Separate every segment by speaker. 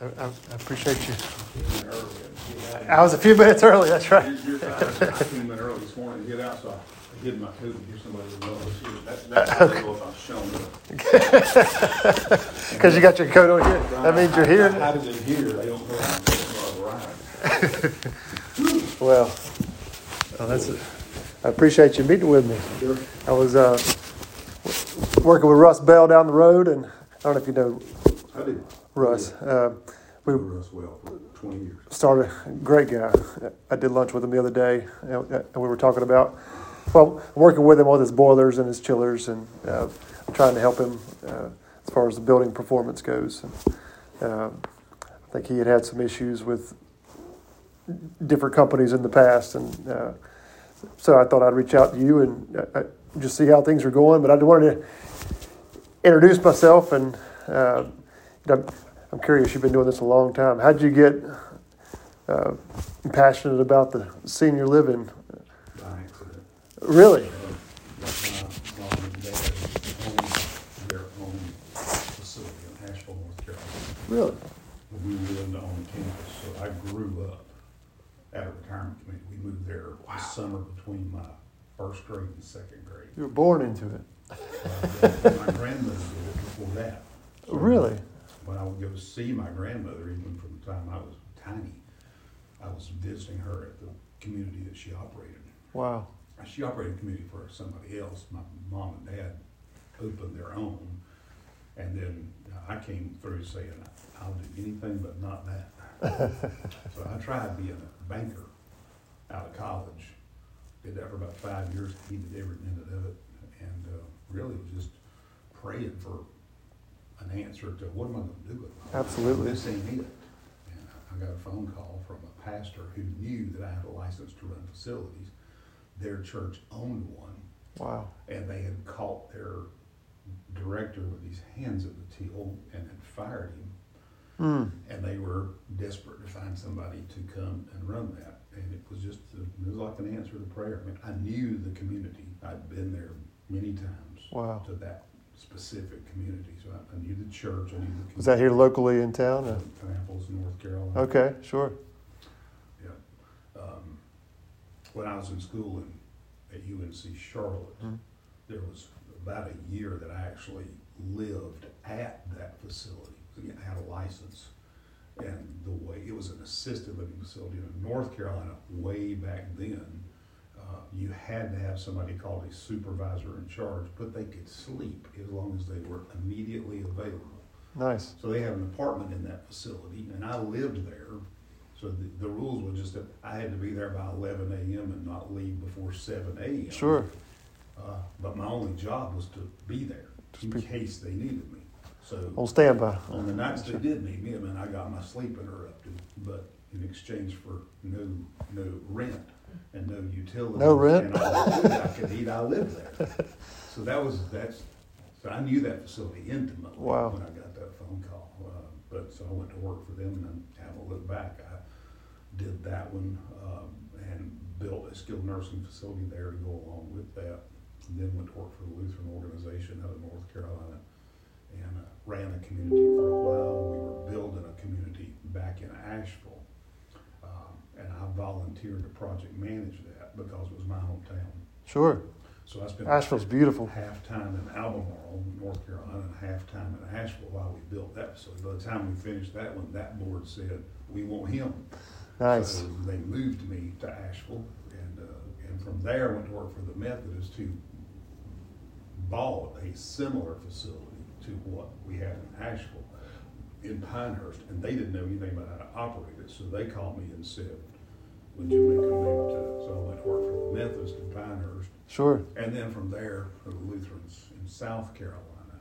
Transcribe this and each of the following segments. Speaker 1: I, I I appreciate you. I was a few minutes early, that's right.
Speaker 2: You're fine. I came in early this morning to get out, so I hid my food and here somebody would know. it was you. That- That's how I know if I'm showing up.
Speaker 1: Because you got your coat on here. That means you're
Speaker 2: I
Speaker 1: here.
Speaker 2: hide it in here. They don't know I'm arrived.
Speaker 1: Well, well, that's it. I appreciate you meeting with me.
Speaker 2: Sure.
Speaker 1: I was uh, w- working with Russ Bell down the road, and I don't know if you know
Speaker 2: I did.
Speaker 1: Russ. Uh, we
Speaker 2: I knew Russ well for twenty years.
Speaker 1: started great guy. I did lunch with him the other day, and uh, and we were talking about well working with him on his boilers and his chillers, and uh, trying to help him uh, as far as the building performance goes. And, um I think he had had some issues with different companies in the past, and uh, so I thought I'd reach out to you and uh, uh, just see how things are going. But I wanted to introduce myself, and uh, I'm, I'm curious. You've been doing this a long time. How'd you get uh, passionate about the senior living.
Speaker 2: By accident.
Speaker 1: Really?
Speaker 2: That's my mom and dad owned uh, their own facility in Asheville, North Carolina.
Speaker 1: Really?
Speaker 2: we lived on campus, so I grew up at a retirement community. We moved there the summer between my first grade and second grade.
Speaker 1: You were born into it.
Speaker 2: my grandmother did it before that. So
Speaker 1: Really?
Speaker 2: When I would go see my grandmother, even from the time I was tiny, I was visiting her at the community that she operated.
Speaker 1: Wow.
Speaker 2: She operated a community for somebody else. My mom and dad opened their own. And then I came through saying, I'll do anything but not that. so I tried being a banker out of college. Did that for about five years, hated every minute of it, and uh, really was just praying for an answer to what am I going to do with my life?
Speaker 1: Absolutely.
Speaker 2: This ain't it. And I got a phone call from a pastor who knew that I had a license to run facilities. Their church owned one,
Speaker 1: Wow.
Speaker 2: and they had caught their director with his hands at the till and had fired him
Speaker 1: Mm.
Speaker 2: and they were desperate to find somebody to come and run that. And it was just, uh, it was like an answer to prayer. I mean, I knew the community. I'd been there many times
Speaker 1: Wow.
Speaker 2: to that specific community. So I, I knew the church. I knew the community.
Speaker 1: Was that here locally in town? or-
Speaker 2: Apples, North Carolina.
Speaker 1: Okay, sure.
Speaker 2: Yeah. Um, when I was in school in, at UNC Charlotte,
Speaker 1: Mhm.
Speaker 2: there was about a year that I actually lived at that facility. Again, I had a license. And the way it was an assisted living facility in North Carolina way back then, uh, you had to have somebody called a supervisor in charge, but they could sleep as long as they were immediately available.
Speaker 1: Nice.
Speaker 2: So they have an apartment in that facility, and I lived there. So the, the rules were just that I had to be there by 11 a.m. and not leave before 7 a.m.
Speaker 1: Sure.
Speaker 2: Uh, but my only job was to be there in
Speaker 1: be-
Speaker 2: case they needed me. So
Speaker 1: On standby.
Speaker 2: on the nights they did need me, I mean, I got my sleep interrupted, but in exchange for no no rent and no utility,
Speaker 1: No rent?
Speaker 2: and all the food I could eat. I lived there. So that was that's. So I knew that facility intimately
Speaker 1: Wow.
Speaker 2: when I got that phone call. Uh, but so I went to work for them, and then have a look back. I did that one um, and built a skilled nursing facility there to go along with that. And then went to work for the Lutheran organization out of North Carolina and uh, ran a community for a while. We were building a community back in Asheville. Um, and I volunteered to project manage that because it was my hometown.
Speaker 1: Sure.
Speaker 2: So I spent
Speaker 1: Asheville's beautiful.
Speaker 2: half time in Albemarle, North Carolina, and half time in Asheville while we built that. So by the time we finished that one, that board said, we want him.
Speaker 1: Nice.
Speaker 2: So they moved me to Asheville, and uh, and from there went to work for the Methodists, who bought a similar facility to what we had in Asheville, in Pinehurst, and they didn't know anything about how to operate it, so they called me and said, "Would you make a move to?" So I went to work for the Methodists in Pinehurst,
Speaker 1: Sure.
Speaker 2: and then from there for the Lutherans in South Carolina,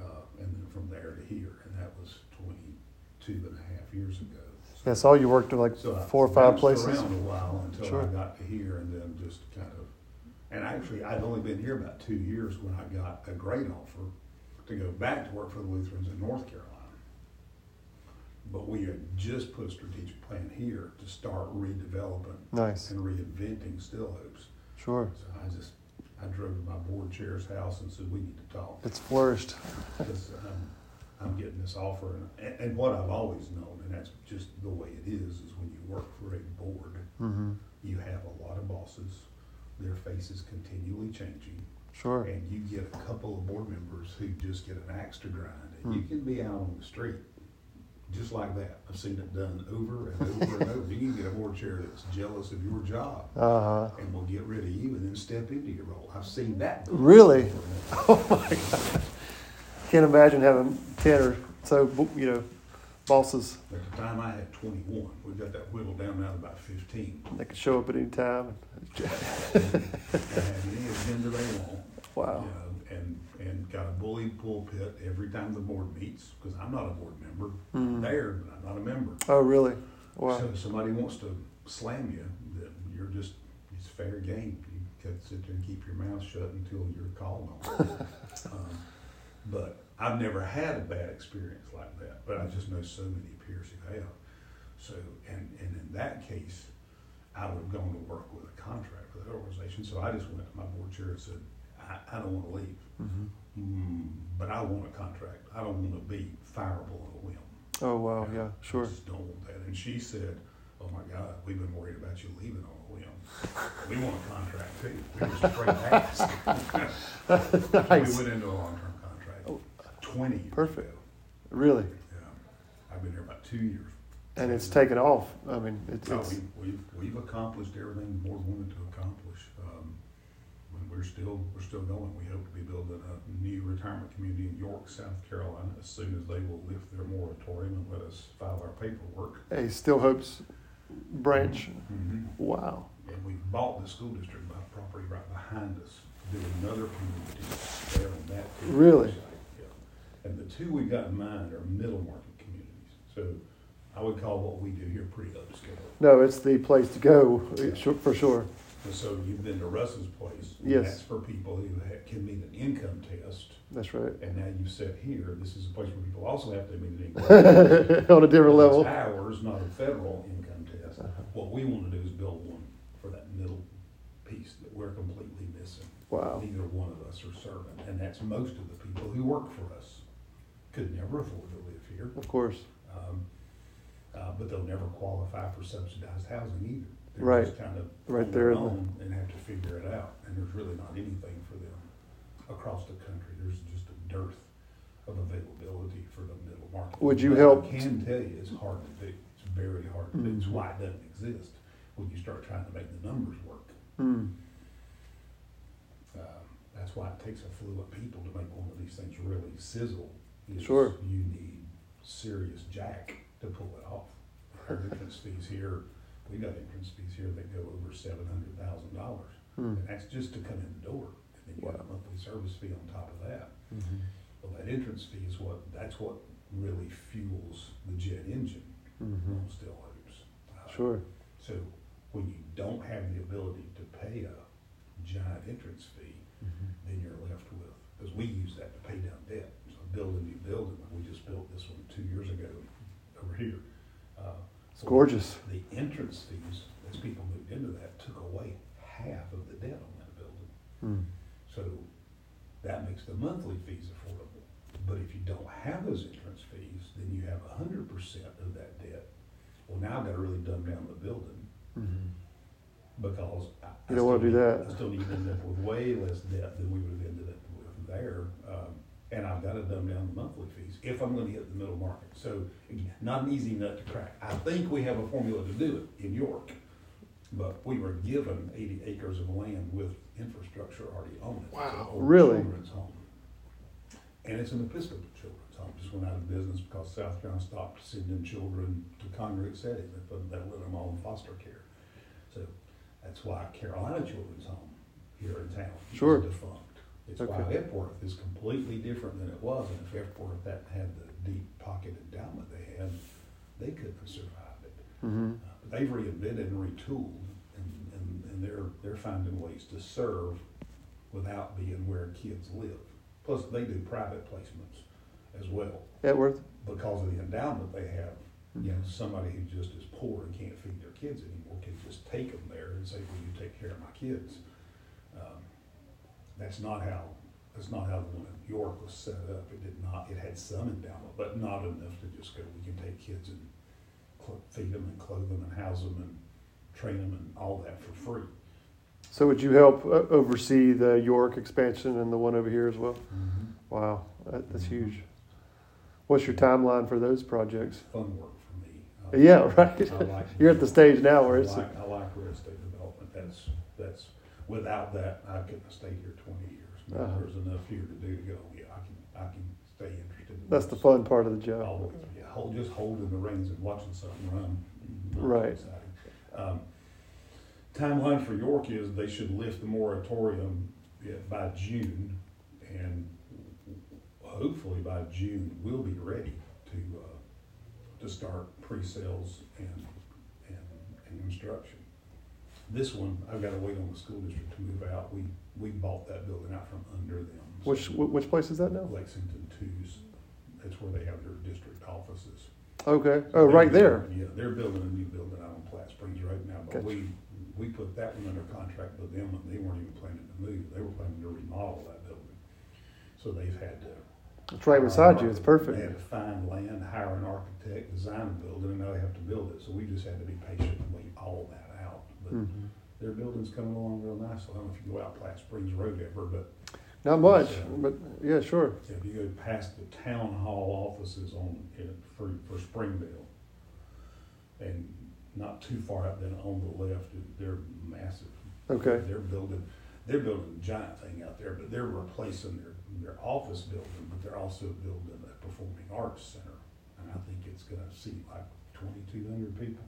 Speaker 2: uh, and then from there to here, and that was 22 and a half years ago. So-
Speaker 1: Yeah, I saw you worked at like
Speaker 2: so I
Speaker 1: four or five
Speaker 2: bounced
Speaker 1: places.
Speaker 2: Around a while until
Speaker 1: Sure.
Speaker 2: I got to here, and then just kind of. And actually, I'd only been here about two years when I got a great offer to go back to work for the Lutherans in North Carolina. But we had just put a strategic plan here to start redeveloping
Speaker 1: Nice.
Speaker 2: and reinventing Still Hopes.
Speaker 1: Sure.
Speaker 2: So I just I drove to my board chair's house and said we need to talk
Speaker 1: It's flourished.
Speaker 2: because um, I'm getting this offer, and, and- and what I've always known, and that's just the way it is, is when you work for a board,
Speaker 1: Mm-hmm.
Speaker 2: you have a lot of bosses, their faces continually changing,
Speaker 1: Sure.
Speaker 2: and you get a couple of board members who just get an axe to grind, and you
Speaker 1: Hmm.
Speaker 2: can be out on the street just like that. I've seen it done over and over and over. You can get a board chair that's jealous of your job
Speaker 1: Uh huh.
Speaker 2: and will get rid of you and then step into your role. I've seen that.
Speaker 1: Really? Can't imagine having ten or so, you know, bosses
Speaker 2: At the time, I had 21. We've got that whittled down now to about 15.
Speaker 1: that could show up at any time.
Speaker 2: I have any agenda they want.
Speaker 1: Wow.
Speaker 2: You know, and, and got a bully pulpit every time the board meets, because I'm not a board member.
Speaker 1: Mm.
Speaker 2: There, but I'm not a member.
Speaker 1: Oh, really? Wow.
Speaker 2: So if somebody wants to slam you, then you're just, it's fair game. You could sit there and keep your mouth shut until you're called on. um, but I've never had a bad experience like that, but I just know so many peers who have. So, and, and in that case, I would have gone to work with a contract with that organization. So I just went to my board chair and said, I, I don't want to leave,
Speaker 1: Mm-hmm.
Speaker 2: mm, but I want a contract. I don't want to be fireable on a whim.
Speaker 1: Oh, wow. Yeah.
Speaker 2: I
Speaker 1: Sure.
Speaker 2: just don't want that. And she said, Oh my God, we've been worried about you leaving on a whim. We want a contract too. We were just afraid to ask.
Speaker 1: Nice.
Speaker 2: So we went into a long term contract.
Speaker 1: Oh.
Speaker 2: 20 years
Speaker 1: Perfect.
Speaker 2: ago.
Speaker 1: Really.
Speaker 2: Yeah. I've been here about two years.
Speaker 1: And it's taken off. I mean, it's,
Speaker 2: No,
Speaker 1: it's
Speaker 2: we, we've, we've accomplished everything the board wanted to accomplish. Um, and we're still, we're still going. We hope to be building a new retirement community in York, South Carolina, as soon as they will lift their moratorium and let us file our paperwork.
Speaker 1: a Still Hopes branch. Mm-hmm.
Speaker 2: Mhm.
Speaker 1: Wow.
Speaker 2: And we bought the school district by property right behind us to do another community there on that. community
Speaker 1: Really?
Speaker 2: site, yeah. And the two we got in mind are middle market communities. So I would call what we do here pretty upscale.
Speaker 1: No, it's the place to go eh, su- for sure.
Speaker 2: And so you've been to Russ's place. and
Speaker 1: Yes.
Speaker 2: That's for people who ha- can meet an income test.
Speaker 1: That's right.
Speaker 2: And now you've set here, this is a place where people also have to meet an income test.
Speaker 1: On a different level.
Speaker 2: It's ours, not a federal income test. What we want to do is build one for that middle piece that we're completely missing.
Speaker 1: Wow.
Speaker 2: Neither one of us are serving, and that's most of the people who work for us. Could never afford to live here,
Speaker 1: Of course.
Speaker 2: um, uh, but they'll never qualify for subsidized housing either. They're
Speaker 1: Right.
Speaker 2: just Kind of.
Speaker 1: Right
Speaker 2: on
Speaker 1: there
Speaker 2: their
Speaker 1: in the-
Speaker 2: own And have to figure it out, and there's really not anything for them across the country. There's just a dearth of availability for the middle market.
Speaker 1: Would you
Speaker 2: But
Speaker 1: help- Mm-hmm.
Speaker 2: I can tell you, it's hard to do. It's very hard to do. It's why it doesn't exist when you start trying to make the numbers work.
Speaker 1: Mm.
Speaker 2: Um, That's why it takes affluent people to make one of these things really sizzle. is
Speaker 1: Sure.
Speaker 2: You need serious jack to pull it off. Our entrance fees here, we got entrance fees here that go over seven hundred thousand dollars.
Speaker 1: Hmm.
Speaker 2: And that's just to come in the door. And then you got a monthly service fee on top of that.
Speaker 1: Mm-hmm.
Speaker 2: Well, that entrance fee is what, that's what really fuels the jet engine
Speaker 1: Mhm.
Speaker 2: on Still Hopes. Uh,
Speaker 1: Sure.
Speaker 2: so when you don't have the ability to pay a giant entrance fee, then you're left with, because we use that to pay down debt. So build a new building, like we just built this one two years ago over here. Uh,
Speaker 1: It's gorgeous.
Speaker 2: The entrance fees, as people moved into that, took away half of the debt on that building.
Speaker 1: Mm.
Speaker 2: So that makes the monthly fees affordable. But if you don't have those entrance fees, then you have a hundred percent of that debt. Well, now I've got to really dumb down the building
Speaker 1: Mhm.
Speaker 2: because I.
Speaker 1: You don't wanna do that.
Speaker 2: I still need to end up with way less debt than we would have ended up with there. Um, and I've got to dumb down the monthly fees if I'm going to hit the middle market. So again, not an easy nut to crack. I think we have a formula to do it in York. But we were given eighty acres of land with infrastructure already on it. It's an
Speaker 1: Wow.
Speaker 2: old
Speaker 1: Really?
Speaker 2: Children's home. And it's an Episcopal children's home, just went out of business because South Carolina stopped sending children to congregate settings, they put, they let them all in foster care. So that's why Carolina Children's Home here in town is
Speaker 1: Sure.
Speaker 2: defunct. It's why
Speaker 1: Okay.
Speaker 2: Epworth is completely different than it was, and if Epworth that had the deep pocket endowment they had, they couldn't have survived it.
Speaker 1: Mhm.
Speaker 2: Uh, but They've reinvented and retooled, and, and, and they're, they're finding ways to serve without being where kids live. Plus, they do private placements as well
Speaker 1: Etworth.
Speaker 2: because of the endowment they have. You know,
Speaker 1: Mm-hmm.
Speaker 2: somebody who just is poor and can't feed their kids anymore can just take them there and say, "Will you take care of my kids?" Um, that's not how That's not how the one in York was set up. It did not, it had some endowment, but not enough to just go, we can take kids and cl- feed them and clothe them and house them and train them and all that for free.
Speaker 1: So would you help uh, oversee the York expansion and the one over here as well? Mm-hmm. Wow, that, that's huge. What's your timeline for those projects?
Speaker 2: Fun work for me. I-
Speaker 1: Yeah, right.
Speaker 2: I like-
Speaker 1: You're at the stage now where
Speaker 2: I
Speaker 1: it's
Speaker 2: like, I like real estate development. That's, that's, without that, I couldn't have stayed here twenty years. Now
Speaker 1: Uh-huh.
Speaker 2: There's enough here to do, to go, yeah, I can, I can stay interested. in
Speaker 1: that's the
Speaker 2: this."
Speaker 1: fun part of the job.
Speaker 2: Always, yeah, hold, just holding the reins and watching something run. Not
Speaker 1: Right.
Speaker 2: exciting. Um, Timeline for York is they should lift the moratorium yeah, by June, and hopefully by June, we'll be ready to, uh, to start pre-sales and, and, and construction. This one, I've gotta wait on the school district to move out, we, we bought that building out from under them. so-
Speaker 1: Which wh- which place is that now?
Speaker 2: Lexington twos, that's where they have their district offices.
Speaker 1: Okay. Oh, right there.
Speaker 2: Yeah, they're building a new building out on Platt Springs right now, but
Speaker 1: Gotcha.
Speaker 2: we, we put that one under contract with them, and they weren't even planning to move, they were planning to remodel that building. So they've had to.
Speaker 1: It's right beside you. It's
Speaker 2: They
Speaker 1: perfect.
Speaker 2: had to find land, hire an architect, design the building, and now they have to build it, so we just had to be patient and wait all that out. But
Speaker 1: Mhm.
Speaker 2: their building's coming along real nicely, I don't know if you go out Platt Springs Road ever, but
Speaker 1: Not much, but yeah, sure.
Speaker 2: if you go past the town hall offices on, in- for, for Springville, and not too far out then on the left, they're massive.
Speaker 1: Okay.
Speaker 2: They're building, they're building a giant thing out there, but they're replacing their, their office building, but they're also building a performing arts center. And I think it's gonna seat like twenty-two hundred people.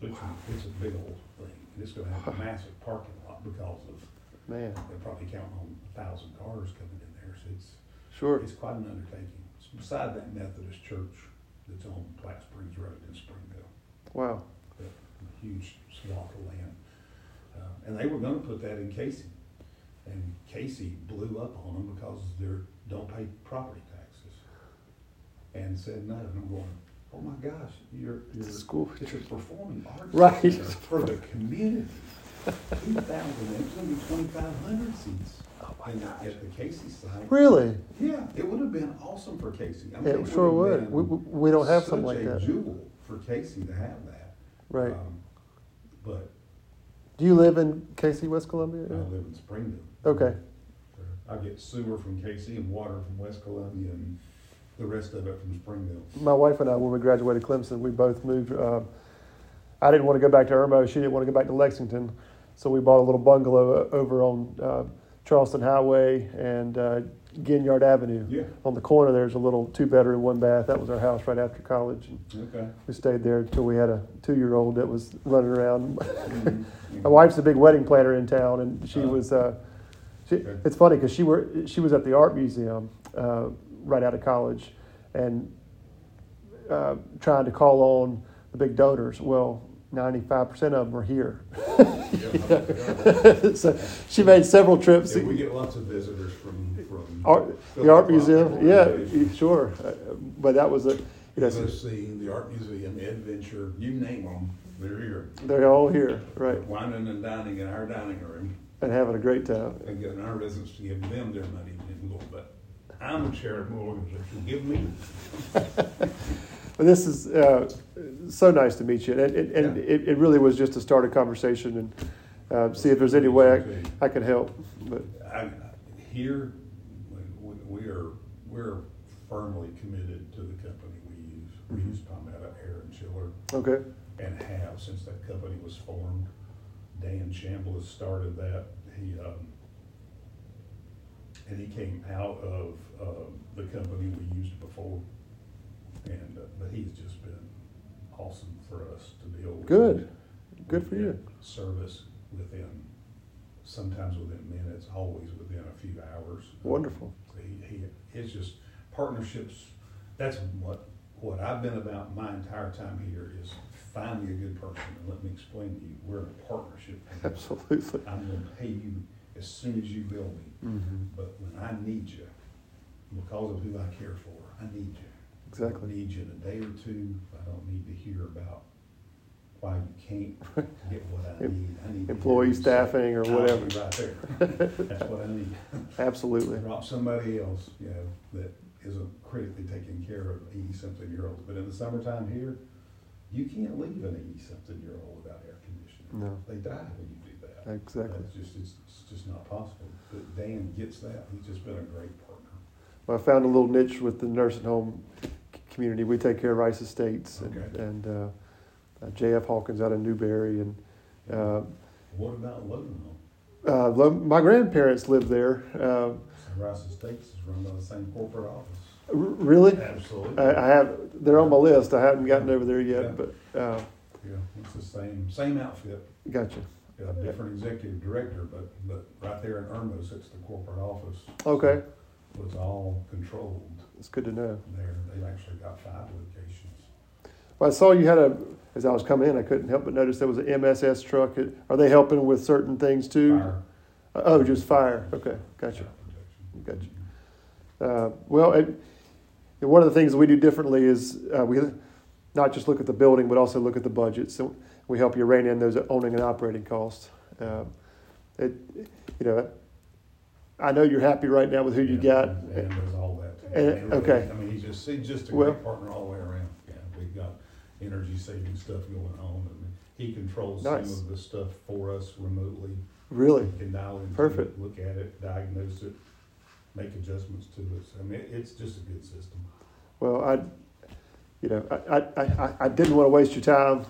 Speaker 2: So it's, a- it's a big old thing, and it's gonna have a massive parking lot because of,
Speaker 1: Man,
Speaker 2: they're probably counting on a thousand cars coming in there, so it's,
Speaker 1: sure.
Speaker 2: it's quite an undertaking. It's beside that Methodist church that's on Platt Springs Road in Springville,
Speaker 1: Wow.
Speaker 2: a huge swath of land. Uh, and they were gonna put that in Casey. And Casey blew up on them because they're, don't pay property taxes. And said no, and I'm going, oh my gosh, you're, you're,
Speaker 1: It's school.
Speaker 2: it's a performing arts.
Speaker 1: Right.
Speaker 2: center For the community. Two thousand, it's gonna be twenty-five hundred seats. Oh my gosh. At the Casey site.
Speaker 1: Really?
Speaker 2: Yeah, it would have been awesome for Casey. I mean,
Speaker 1: It sure would.
Speaker 2: have
Speaker 1: We, we
Speaker 2: been
Speaker 1: we don't have something
Speaker 2: such
Speaker 1: like
Speaker 2: a
Speaker 1: that.
Speaker 2: jewel for Casey to have that.
Speaker 1: Right.
Speaker 2: Um, But
Speaker 1: Do you live in KC, West Columbia?
Speaker 2: I live in Springville.
Speaker 1: Okay.
Speaker 2: I get sewer from Casey and water from West Columbia and the rest of it from Springville.
Speaker 1: My wife and I, when we graduated Clemson, we both moved. Um, I didn't want to go back to Irmo. She didn't want to go back to Lexington. So we bought a little bungalow o- over on uh, Charleston Highway and uh, Ginyard Avenue.
Speaker 2: Yeah,
Speaker 1: On the corner, there's a little two bedroom, one bath. That was our house right after college. And
Speaker 2: okay.
Speaker 1: we stayed there until we had a two year old that was running around.
Speaker 2: Mhm.
Speaker 1: My wife's a big wedding planner in town, and she
Speaker 2: Oh.
Speaker 1: was. Uh, she,
Speaker 2: Okay.
Speaker 1: It's funny because she were she was at the art museum uh, right out of college, and uh, trying to call on the big donors. Well, ninety five percent of them are here,
Speaker 2: Yeah.
Speaker 1: so she made several trips.
Speaker 2: Yeah, we get lots of visitors from, from.
Speaker 1: Art, the art museum, yeah, sure, Uh, but that was a you know
Speaker 2: Let's see, the art museum, adventure, you name them, they're here.
Speaker 1: they're all here, right,
Speaker 2: Wining and dining in our dining room
Speaker 1: and having a great time.
Speaker 2: and getting our residents to give them their money in a little bit. I'm a charitable organization, give me.
Speaker 1: Well, This is uh, so nice to meet you, and, and, and
Speaker 2: Yeah.
Speaker 1: it, it really was just to start a conversation and uh, see if there's any way I, I can help. But
Speaker 2: I, here, we, we are, we're firmly committed to the company we use. We
Speaker 1: Mhm.
Speaker 2: use Palmetto Air and Chiller
Speaker 1: okay,
Speaker 2: and have since that company was formed. Dan Chambliss started that. He, um, and he came out of, uh, the company we used before. And, uh, but he's just been awesome for us to deal with.
Speaker 1: Good. Good for you.
Speaker 2: Service within, sometimes within minutes, always within a few hours.
Speaker 1: Wonderful.
Speaker 2: He, he, it's just partnerships, that's what, what I've been about my entire time here is find me a good person and let me explain to you, we're in a partnership.
Speaker 1: absolutely.
Speaker 2: I'm gonna pay you as soon as you bill me,
Speaker 1: Mm-hmm.
Speaker 2: but when I need you, because of who I care for, I need you. I
Speaker 1: Exactly.
Speaker 2: Need you in a day or two, I don't need to hear about why you can't get what I need. I need to
Speaker 1: Employee
Speaker 2: get it set.
Speaker 1: staffing or
Speaker 2: I'll be
Speaker 1: whatever.
Speaker 2: Right there. That's what I need.
Speaker 1: Absolutely.
Speaker 2: Drop somebody else, you know, that isn't critically taking care of eighty-something-year-olds. But in the summertime here, you can't leave an eighty-something-year-old without air conditioning.
Speaker 1: No,
Speaker 2: They die when you do that.
Speaker 1: Hmm. exactly.
Speaker 2: That's just, it's, it's just not possible. But Dan gets that. He's just been a great partner.
Speaker 1: Well, I found a little niche with the nursing home c- community. We take care of Rice Estates and,
Speaker 2: Okay.
Speaker 1: and uh, uh, J.F. Hawkins out of Newberry. And uh,
Speaker 2: What about Loganville?
Speaker 1: uh, lo- my grandparents lived there. Uh,
Speaker 2: Rice Estates is run by the same corporate office.
Speaker 1: r- really?
Speaker 2: Absolutely.
Speaker 1: I, I have, they're on my list. I haven't gotten over there yet,
Speaker 2: Yeah.
Speaker 1: but uh,
Speaker 2: Yeah, it's the same, same outfit,
Speaker 1: gotcha.
Speaker 2: got a different executive director, but, but right there in Irma sits the corporate office.
Speaker 1: Okay.
Speaker 2: So It's all controlled
Speaker 1: It's good to know.
Speaker 2: there. They've actually got five locations.
Speaker 1: Well, I saw you had a, as I was coming in, I couldn't help but notice there was an MSS truck. Are they helping with certain things too?
Speaker 2: Fire. uh,
Speaker 1: Oh, just fire. Okay, gotcha.
Speaker 2: fire protection.
Speaker 1: Gotcha. Uh, well, it, and one of the things we do differently is uh, we not just look at the building, but also look at the budget. So we help you rein in those owning and operating costs. Um, it, you know, I know you're happy right now with who you
Speaker 2: Yeah,
Speaker 1: got.
Speaker 2: And there's all that. too.
Speaker 1: and-
Speaker 2: I mean, really,
Speaker 1: okay.
Speaker 2: I mean, he's just, he's just a
Speaker 1: Well-
Speaker 2: great partner all the way around. Yeah, we've got energy saving stuff going on and he controls some
Speaker 1: Nice.
Speaker 2: of the stuff for us remotely.
Speaker 1: Really,
Speaker 2: You Can dial in.
Speaker 1: Perfect.
Speaker 2: Look at it, diagnose it, make adjustments to it. I mean, it's just a good system.
Speaker 1: Well, I, you know, I, I, I, I didn't want to waste your time,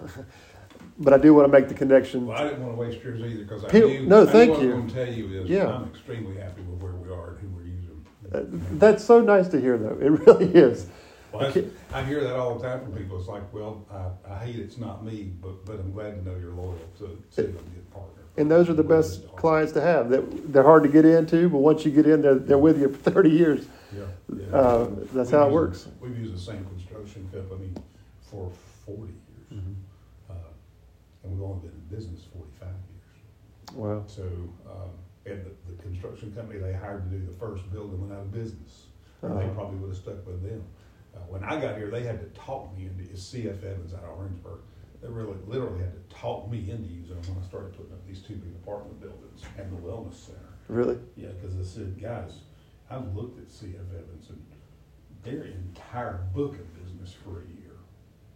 Speaker 1: but I do want to make the connection.
Speaker 2: Well, I didn't want to waste yours either because I
Speaker 1: Phew,
Speaker 2: knew.
Speaker 1: no,
Speaker 2: I knew
Speaker 1: thank
Speaker 2: what
Speaker 1: you.
Speaker 2: I was going to tell you is
Speaker 1: Yeah.
Speaker 2: I'm extremely happy with where we are and who we're using.
Speaker 1: Uh, That's so nice to hear, though. It really is.
Speaker 2: Well, that's- I hear that all the time from people. It's like, well, I, I hate it's not me, but, but I'm glad to know you're loyal to, to a good partner.
Speaker 1: And those are the
Speaker 2: Glad
Speaker 1: best
Speaker 2: to know.
Speaker 1: clients to have. That they're hard to get into, but once you get in, they're, they're with you for thirty years.
Speaker 2: Yeah, yeah.
Speaker 1: Uh, that's
Speaker 2: We've
Speaker 1: how it
Speaker 2: used-
Speaker 1: works.
Speaker 2: We've used the same construction company for forty years.
Speaker 1: Mm-hmm.
Speaker 2: Uh, And we've only been in business forty-five years.
Speaker 1: Wow.
Speaker 2: So, um, and the, the construction company they hired to do the first building went out of business. They
Speaker 1: Uh-huh.
Speaker 2: probably would have stuck with them. Uh, when I got here, they had to talk me into, it's CF Evans out of Orangeburg. They really, literally had to talk me into using them when I started putting up these two big apartment buildings and the wellness center.
Speaker 1: Really?
Speaker 2: Yeah, because I said, guys, I've looked at CF Evans and their entire book of business for a year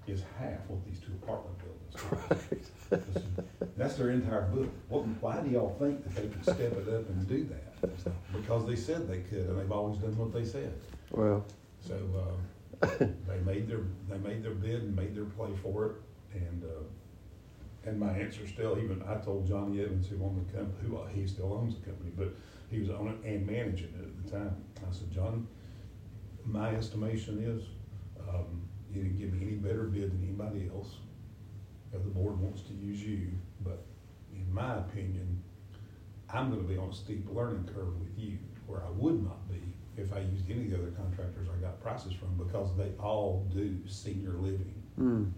Speaker 2: is half what these two apartment buildings. are." I said, That's their entire book. What, why do y'all think that they can step it up and do that? Because they said they could, and they've always done what they said.
Speaker 1: Well,
Speaker 2: So uh, they made their they made their bid and made their play for it, and uh, and my answer still even I told Johnny Evans who owned the company who uh, he still owns the company, but he was on it and managing it at the time. I said, John, my estimation is um, you didn't give me any better bid than anybody else. If the board wants to use you, but in my opinion, I'm gonna be on a steep learning curve with you, where I would not be if I used any of the other contractors I got prices from, because they all do senior living,
Speaker 1: mm,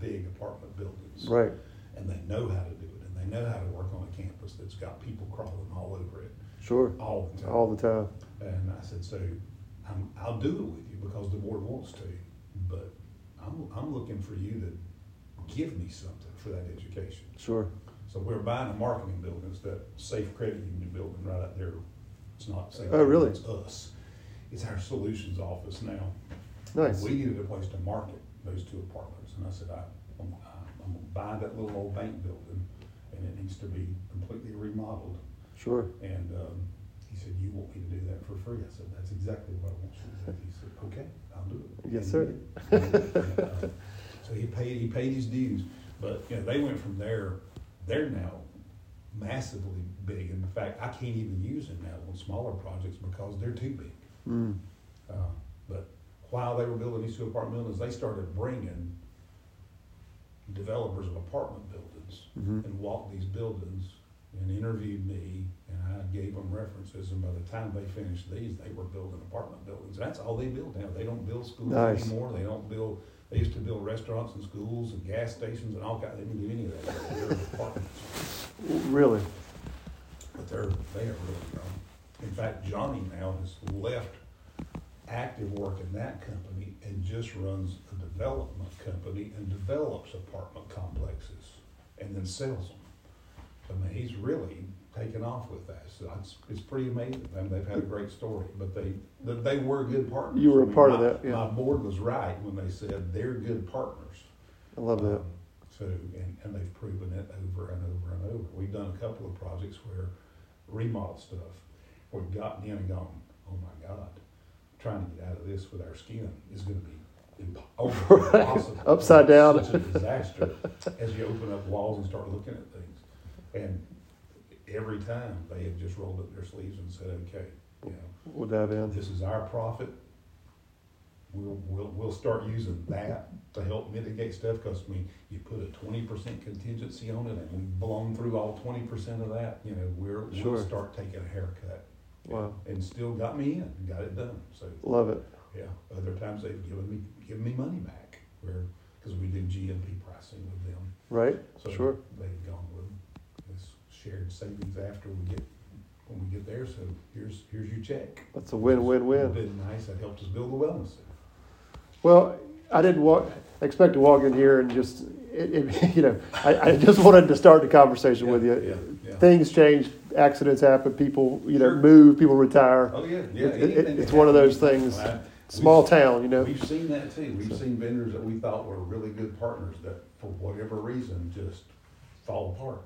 Speaker 2: big apartment buildings.
Speaker 1: right.
Speaker 2: And they know how to do it, and they know how to work on a campus that's got people crawling all over it
Speaker 1: Sure.
Speaker 2: all the time.
Speaker 1: All the time.
Speaker 2: And I said, so I'm, I'll do it with you because the board wants to, but I'm, I'm looking for you to give me something for that education.
Speaker 1: Sure.
Speaker 2: So we were buying a marketing building, it's that Safe Credit Union building right out there. It's not Safe.
Speaker 1: Oh, really?
Speaker 2: It's us. It's our solutions office now.
Speaker 1: Nice.
Speaker 2: We needed a place to market those two apartments, and I said, I, I'm, I'm gonna buy that little old bank building, and it needs to be completely remodeled.
Speaker 1: Sure.
Speaker 2: And um, he said, "You want me to do that for free?" I said, "That's exactly what I want you to do." He said, "Okay, I'll do it."
Speaker 1: Yes,
Speaker 2: And he did. And, um, so he paid he paid his dues, but you know they went from there. They're now massively big. In fact, I can't even use them now on smaller projects because they're too big.
Speaker 1: Mm,
Speaker 2: Uh, But while they were building these two apartment buildings, they started bringing developers of apartment buildings
Speaker 1: Mhm.
Speaker 2: and walked these buildings and interviewed me, and I gave them references, and by the time they finished these, they were building apartment buildings. That's all they build now. They don't build schools
Speaker 1: Nice.
Speaker 2: anymore. They don't build, they used to build restaurants and schools and gas stations and all kinds. They didn't do any of that. They're apartments.
Speaker 1: really.
Speaker 2: But they're, they are really grown. In fact, Johnny now has left active work in that company and just runs a development company and develops apartment complexes and then sells them. I mean, he's really taken off with that. So it's, it's pretty amazing. I mean, they've had a great story, but they they, they were good partners.
Speaker 1: You were a
Speaker 2: I mean,
Speaker 1: part of
Speaker 2: my-
Speaker 1: that, yeah.
Speaker 2: My board was right when they said they're good partners.
Speaker 1: I love that.
Speaker 2: Um, So, and, and they've proven it over and over and over. We've done a couple of projects where remodel stuff, we've gotten in and gone, oh my God, trying to get out of this with our skin is gonna be impo- Oh, impossible.
Speaker 1: Upside down.
Speaker 2: Such a disaster as you open up walls and start looking at things. And every time they have just rolled up their sleeves and said, okay, you know,
Speaker 1: We'll dive in.
Speaker 2: this is our profit. We'll, we'll, we'll start using that to help mitigate stuff, cause I mean, you put a twenty percent contingency on it and we've blown through all twenty percent of that, you know, we're,
Speaker 1: Sure.
Speaker 2: we'll start taking a haircut.
Speaker 1: Wow.
Speaker 2: And still got me in, got it done, so,
Speaker 1: Love it.
Speaker 2: yeah, other times they've given me, given me money back, where, cause we do GMP pricing with them.
Speaker 1: Right?
Speaker 2: So
Speaker 1: Sure.
Speaker 2: They've gone with this shared savings after we get, when we get there, so here's, here's your check.
Speaker 1: That's a win, win, win.
Speaker 2: It's Been nice, that helped us build the wellness. center.
Speaker 1: Well, I didn't walk, expect to walk in here and just, it, it, you know, I, I just wanted to start the conversation with you.
Speaker 2: Yeah, yeah.
Speaker 1: Things change, accidents happen, people, you know,
Speaker 2: Sure.
Speaker 1: move, people retire.
Speaker 2: Oh, yeah, yeah.
Speaker 1: It- it-
Speaker 2: anything
Speaker 1: it's
Speaker 2: that
Speaker 1: one of
Speaker 2: happens,
Speaker 1: those things.
Speaker 2: I-
Speaker 1: Small
Speaker 2: we've-
Speaker 1: town, you know.
Speaker 2: We've seen that too.
Speaker 1: So-
Speaker 2: We've seen vendors that we thought were really good partners that for whatever reason just fall apart.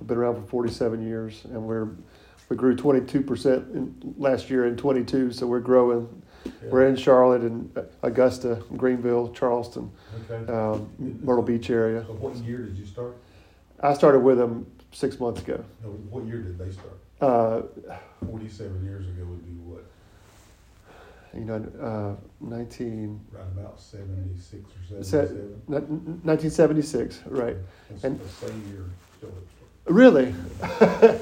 Speaker 1: I've been around for 47 years, and we're we grew 22 percent in last year in 22, so we're growing. We're in Charlotte and Augusta, Greenville, Charleston,
Speaker 2: Okay.
Speaker 1: um, Myrtle Beach area.
Speaker 2: So what year did you start?
Speaker 1: I started with them six months ago.
Speaker 2: No, what year did they start?
Speaker 1: Uh,
Speaker 2: Forty-seven years ago would be what?
Speaker 1: you know, uh, 19,
Speaker 2: Right about seventy-six or
Speaker 1: Se-
Speaker 2: seventy-seven?
Speaker 1: n- n- 1976, right?
Speaker 2: That's
Speaker 1: And-
Speaker 2: the same year Philip started.
Speaker 1: Really?
Speaker 2: That's-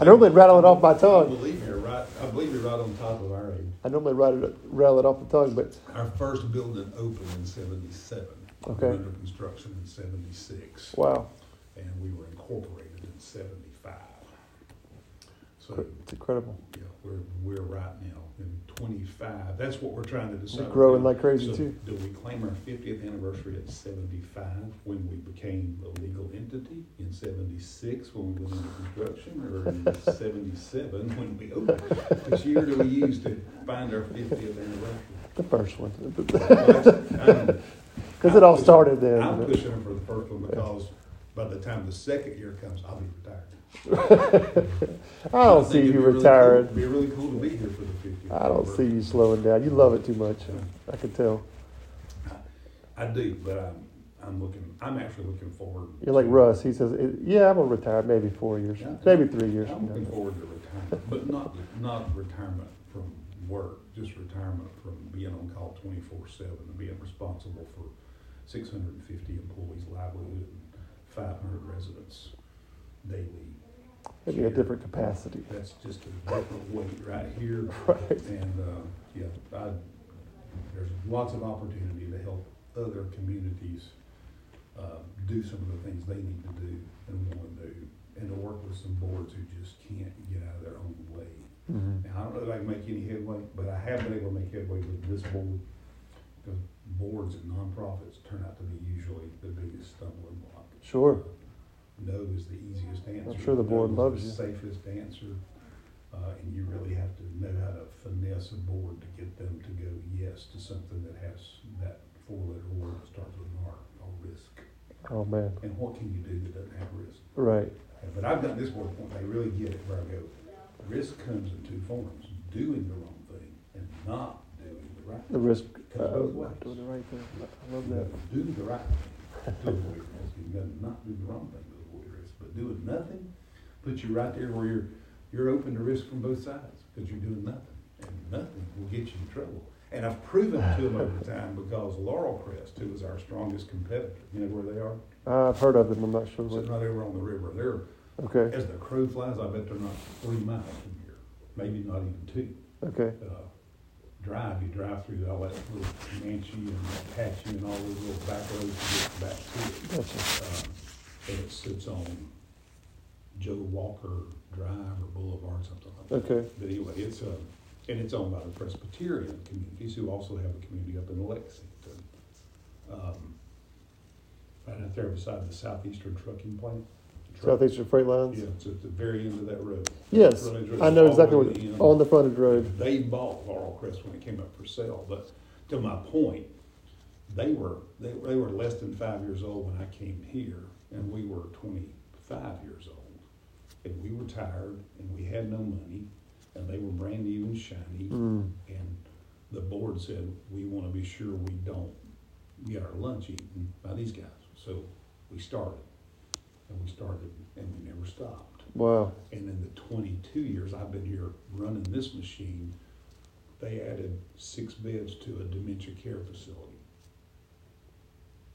Speaker 1: I normally
Speaker 2: saying-
Speaker 1: rattle it off my
Speaker 2: I
Speaker 1: tongue.
Speaker 2: believe you're right. I believe you're right on top of our age.
Speaker 1: I normally rattle it, rattle it off the tongue, but
Speaker 2: Our first building opened in seventy-seven. We were
Speaker 1: Okay.
Speaker 2: Under construction in seventy-six,
Speaker 1: wow,
Speaker 2: and we were incorporated in seventy-five. So,
Speaker 1: it's incredible.
Speaker 2: yeah, we're, we're right now in twenty-five. That's what we're trying to decide.
Speaker 1: You're growing like crazy,
Speaker 2: So,
Speaker 1: too.
Speaker 2: Do we claim our fiftieth anniversary at seventy-five when we became a legal entity? In seventy-six when we went into construction, or in seventy-seven when we opened? Which year do we use to find our fiftieth anniversary?
Speaker 1: The first one,
Speaker 2: Because
Speaker 1: because it all started then.
Speaker 2: I'm
Speaker 1: you know.
Speaker 2: pushing them for the first one because by the time the second year comes, I'll be retired.
Speaker 1: I don't
Speaker 2: think
Speaker 1: see
Speaker 2: it'd
Speaker 1: you
Speaker 2: be really
Speaker 1: retired.
Speaker 2: cool- Be really cool to be here for the fiftieth.
Speaker 1: I don't see you slowing down. You love it too much.
Speaker 2: Yeah.
Speaker 1: I can tell.
Speaker 2: I do, but I'm, I'm looking, I'm actually looking forward.
Speaker 1: You're like
Speaker 2: to-
Speaker 1: Russ. He says, "Eh, "Yeah, I'm gonna retire maybe four years,
Speaker 2: Yeah.
Speaker 1: maybe three years."
Speaker 2: I'm
Speaker 1: from now."
Speaker 2: looking forward to retirement, but not, not retirement from work, just retirement from being on call twenty-four seven and being responsible for six hundred and fifty employees' livelihood and five hundred residents daily.
Speaker 1: Maybe a different capacity.
Speaker 2: That's just a different weight right here.
Speaker 1: Right.
Speaker 2: And, uh, yeah, I, there's lots of opportunity to help other communities, uh, do some of the things they need to do and want to do. And to work with some boards who just can't get out of their own way.
Speaker 1: Mm-hmm.
Speaker 2: Now, I don't know if I can make any headway, but I have been able to make headway with this board. Because boards and nonprofits turn out to be usually the biggest stumbling block.
Speaker 1: Sure.
Speaker 2: No is the easiest answer.
Speaker 1: sure the board
Speaker 2: No is
Speaker 1: loves
Speaker 2: the Safest answer, uh, and you really have to know how to finesse a board to get them to go yes to something that has that four-letter word that starts with an R, or risk.
Speaker 1: Oh man,
Speaker 2: And what can you do that doesn't have risk?
Speaker 1: right.
Speaker 2: Uh, But I've done this board point, they really get it where I go, risk comes in two forms, doing the wrong thing and not doing the right.
Speaker 1: The risk. uh,
Speaker 2: Goes both ways.
Speaker 1: doing the right thing. I love
Speaker 2: You
Speaker 1: that.
Speaker 2: gotta Do the right thing to avoid risk, you gotta not do the wrong thing to avoid risk, but doing nothing puts you right there where you're, you're open to risk from both sides, because you're doing nothing, and nothing will get you in trouble. And I've proven to them over time, because Laurel Crest, who is our strongest competitor, you know where they are?
Speaker 1: I've heard of them. I'm not sure what.
Speaker 2: Sitting right over on the river, they're
Speaker 1: Okay.
Speaker 2: As the crow flies, I bet they're not three miles from here, maybe not even two.
Speaker 1: Okay.
Speaker 2: Uh, Drive, you drive through all that little Comanche and Apache and all those little back roads to get back to it.
Speaker 1: Gotcha.
Speaker 2: Um, And it sits on Joe Walker Drive or Boulevard, something like that.
Speaker 1: Okay.
Speaker 2: But anyway, it's, uh, And it's owned by the Presbyterian communities who also have a community up in Lexington. Um, Right out there beside the Southeastern Trucking Plant. Truck-
Speaker 1: Southeastern Freight Lines.
Speaker 2: Yeah, it's at the very end of that road.
Speaker 1: Yes,
Speaker 2: Really, it's
Speaker 1: I know
Speaker 2: all the
Speaker 1: exactly
Speaker 2: way
Speaker 1: what
Speaker 2: to the end.
Speaker 1: on the frontage road.
Speaker 2: They bought Laurel Crest when it came up for sale, but to my point, they were, they, they were less than five years old when I came here, and we were twenty-five years old. And we were tired, and we had no money, and they were brand new and shiny,
Speaker 1: Mm.
Speaker 2: and the board said, we wanna be sure we don't get our lunch eaten by these guys. So we started, and we started, and we never stopped.
Speaker 1: Wow.
Speaker 2: And in the twenty-two years I've been here running this machine, they added six beds to a dementia care facility.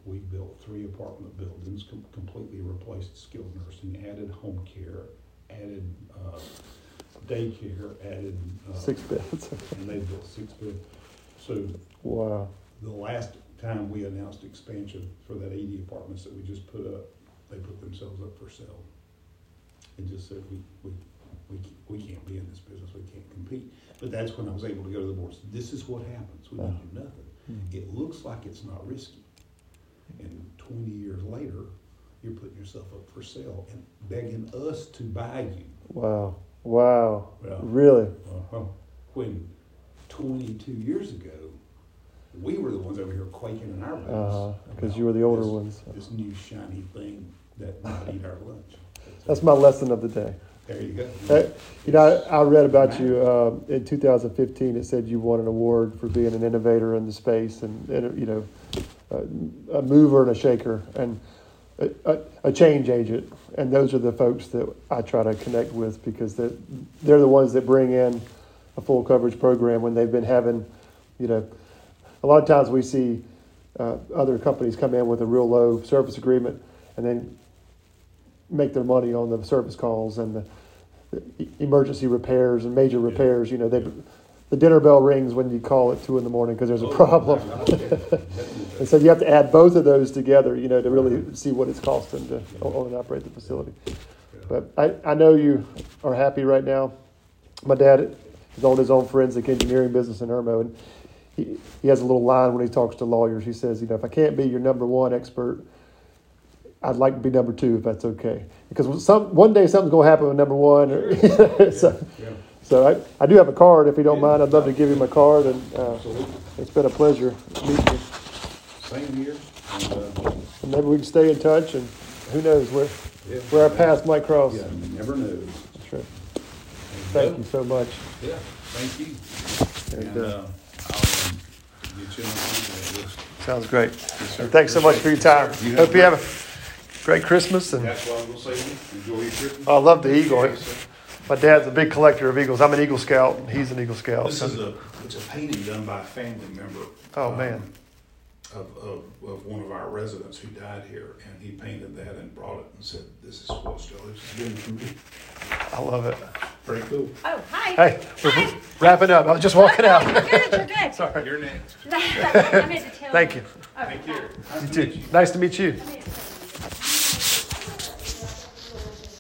Speaker 2: We built three apartment buildings, com- completely replaced skilled nursing, added home care, added, uh, daycare, added, uh,
Speaker 1: Six beds.
Speaker 2: and they built six beds. So
Speaker 1: wow.
Speaker 2: the last time we announced expansion for that eighty apartments that we just put up, they put themselves up for sale. And just said, we, we, we, ca- we can't be in this business, we can't compete. But that's when I was able to go to the boards, this is what happens when you do nothing. It looks like it's not risky. And twenty years later, you're putting yourself up for sale and begging us to buy you.
Speaker 1: Wow. Wow.
Speaker 2: Yeah.
Speaker 1: Really?
Speaker 2: Uh-huh. When twenty-two years ago, we were the ones over here quaking in our
Speaker 1: Because
Speaker 2: boots.
Speaker 1: Uh-huh, you were the older ones.
Speaker 2: this- This new shiny thing that might eat our lunch.
Speaker 1: That's my lesson of the day.
Speaker 2: There you go.
Speaker 1: That- you know, I, I read about you um in 2015. It said you won an award for being an innovator in the space, and, and you know, a, a mover and a shaker, and a, a, a change agent. And those are the folks that I try to connect with because they're, they're the ones that bring in a full coverage program when they've been having, you know, a lot of times we see uh, other companies come in with a real low service agreement, and then make their money on the service calls and the the emergency repairs and major repairs. You know, they, the dinner bell rings when you call at two in the morning because there's a
Speaker 2: Oh,
Speaker 1: problem.
Speaker 2: I- I don't care.
Speaker 1: And so you have to add both of those together, you know, to really see what it's costing to own and operate the facility. But I, I know you are happy right now. My dad has owned his own forensic engineering business in Irmo, and he, he has a little line when he talks to lawyers. He says, you know, if I can't be your number one expert, I'd like to be number two if that's okay. Because some one day something's going to happen with number one. Or, so
Speaker 2: Yeah,
Speaker 1: so I, I do have a card. If you don't mind, I'd love to give him a card. And uh,
Speaker 2: Absolutely.
Speaker 1: it's been a pleasure meeting you.
Speaker 2: Same here. And, uh,
Speaker 1: And maybe we can stay in touch, and who knows where,
Speaker 2: yeah.
Speaker 1: where our paths might cross.
Speaker 2: Yeah, you never know.
Speaker 1: That's right. Thank you so much.
Speaker 2: Yeah, thank you.
Speaker 1: And,
Speaker 2: And,
Speaker 1: uh,
Speaker 2: uh, I'll um, get you on the list.
Speaker 1: Sounds great.
Speaker 2: sir.
Speaker 1: And thanks so much for your time.
Speaker 2: You have
Speaker 1: Hope you have a great Christmas. And
Speaker 2: That's what I was gonna say. Enjoy your trip.
Speaker 1: I love the eagle.
Speaker 2: Yes, sir.
Speaker 1: My dad's a big collector of eagles. I'm an Eagle Scout, and he's an Eagle Scout.
Speaker 2: This
Speaker 1: So
Speaker 2: is a, it's a painting done by a family member.
Speaker 1: Oh,
Speaker 2: um,
Speaker 1: man.
Speaker 2: Of, of, of one of our residents who died here, and he painted that and brought it and said, this is what Stellar's doing for me.
Speaker 1: I love it.
Speaker 2: Pretty cool.
Speaker 3: Oh, hi.
Speaker 1: Hey, we're
Speaker 3: Hi.
Speaker 1: wrapping up. I was just walking out.
Speaker 3: You're good, you're good.
Speaker 1: Sorry.
Speaker 2: You're next.
Speaker 3: I meant to tell
Speaker 1: Thank you.
Speaker 3: All right,
Speaker 2: Thank you.
Speaker 3: bye.
Speaker 1: You too. Nice to meet you.
Speaker 3: I meant to tell you.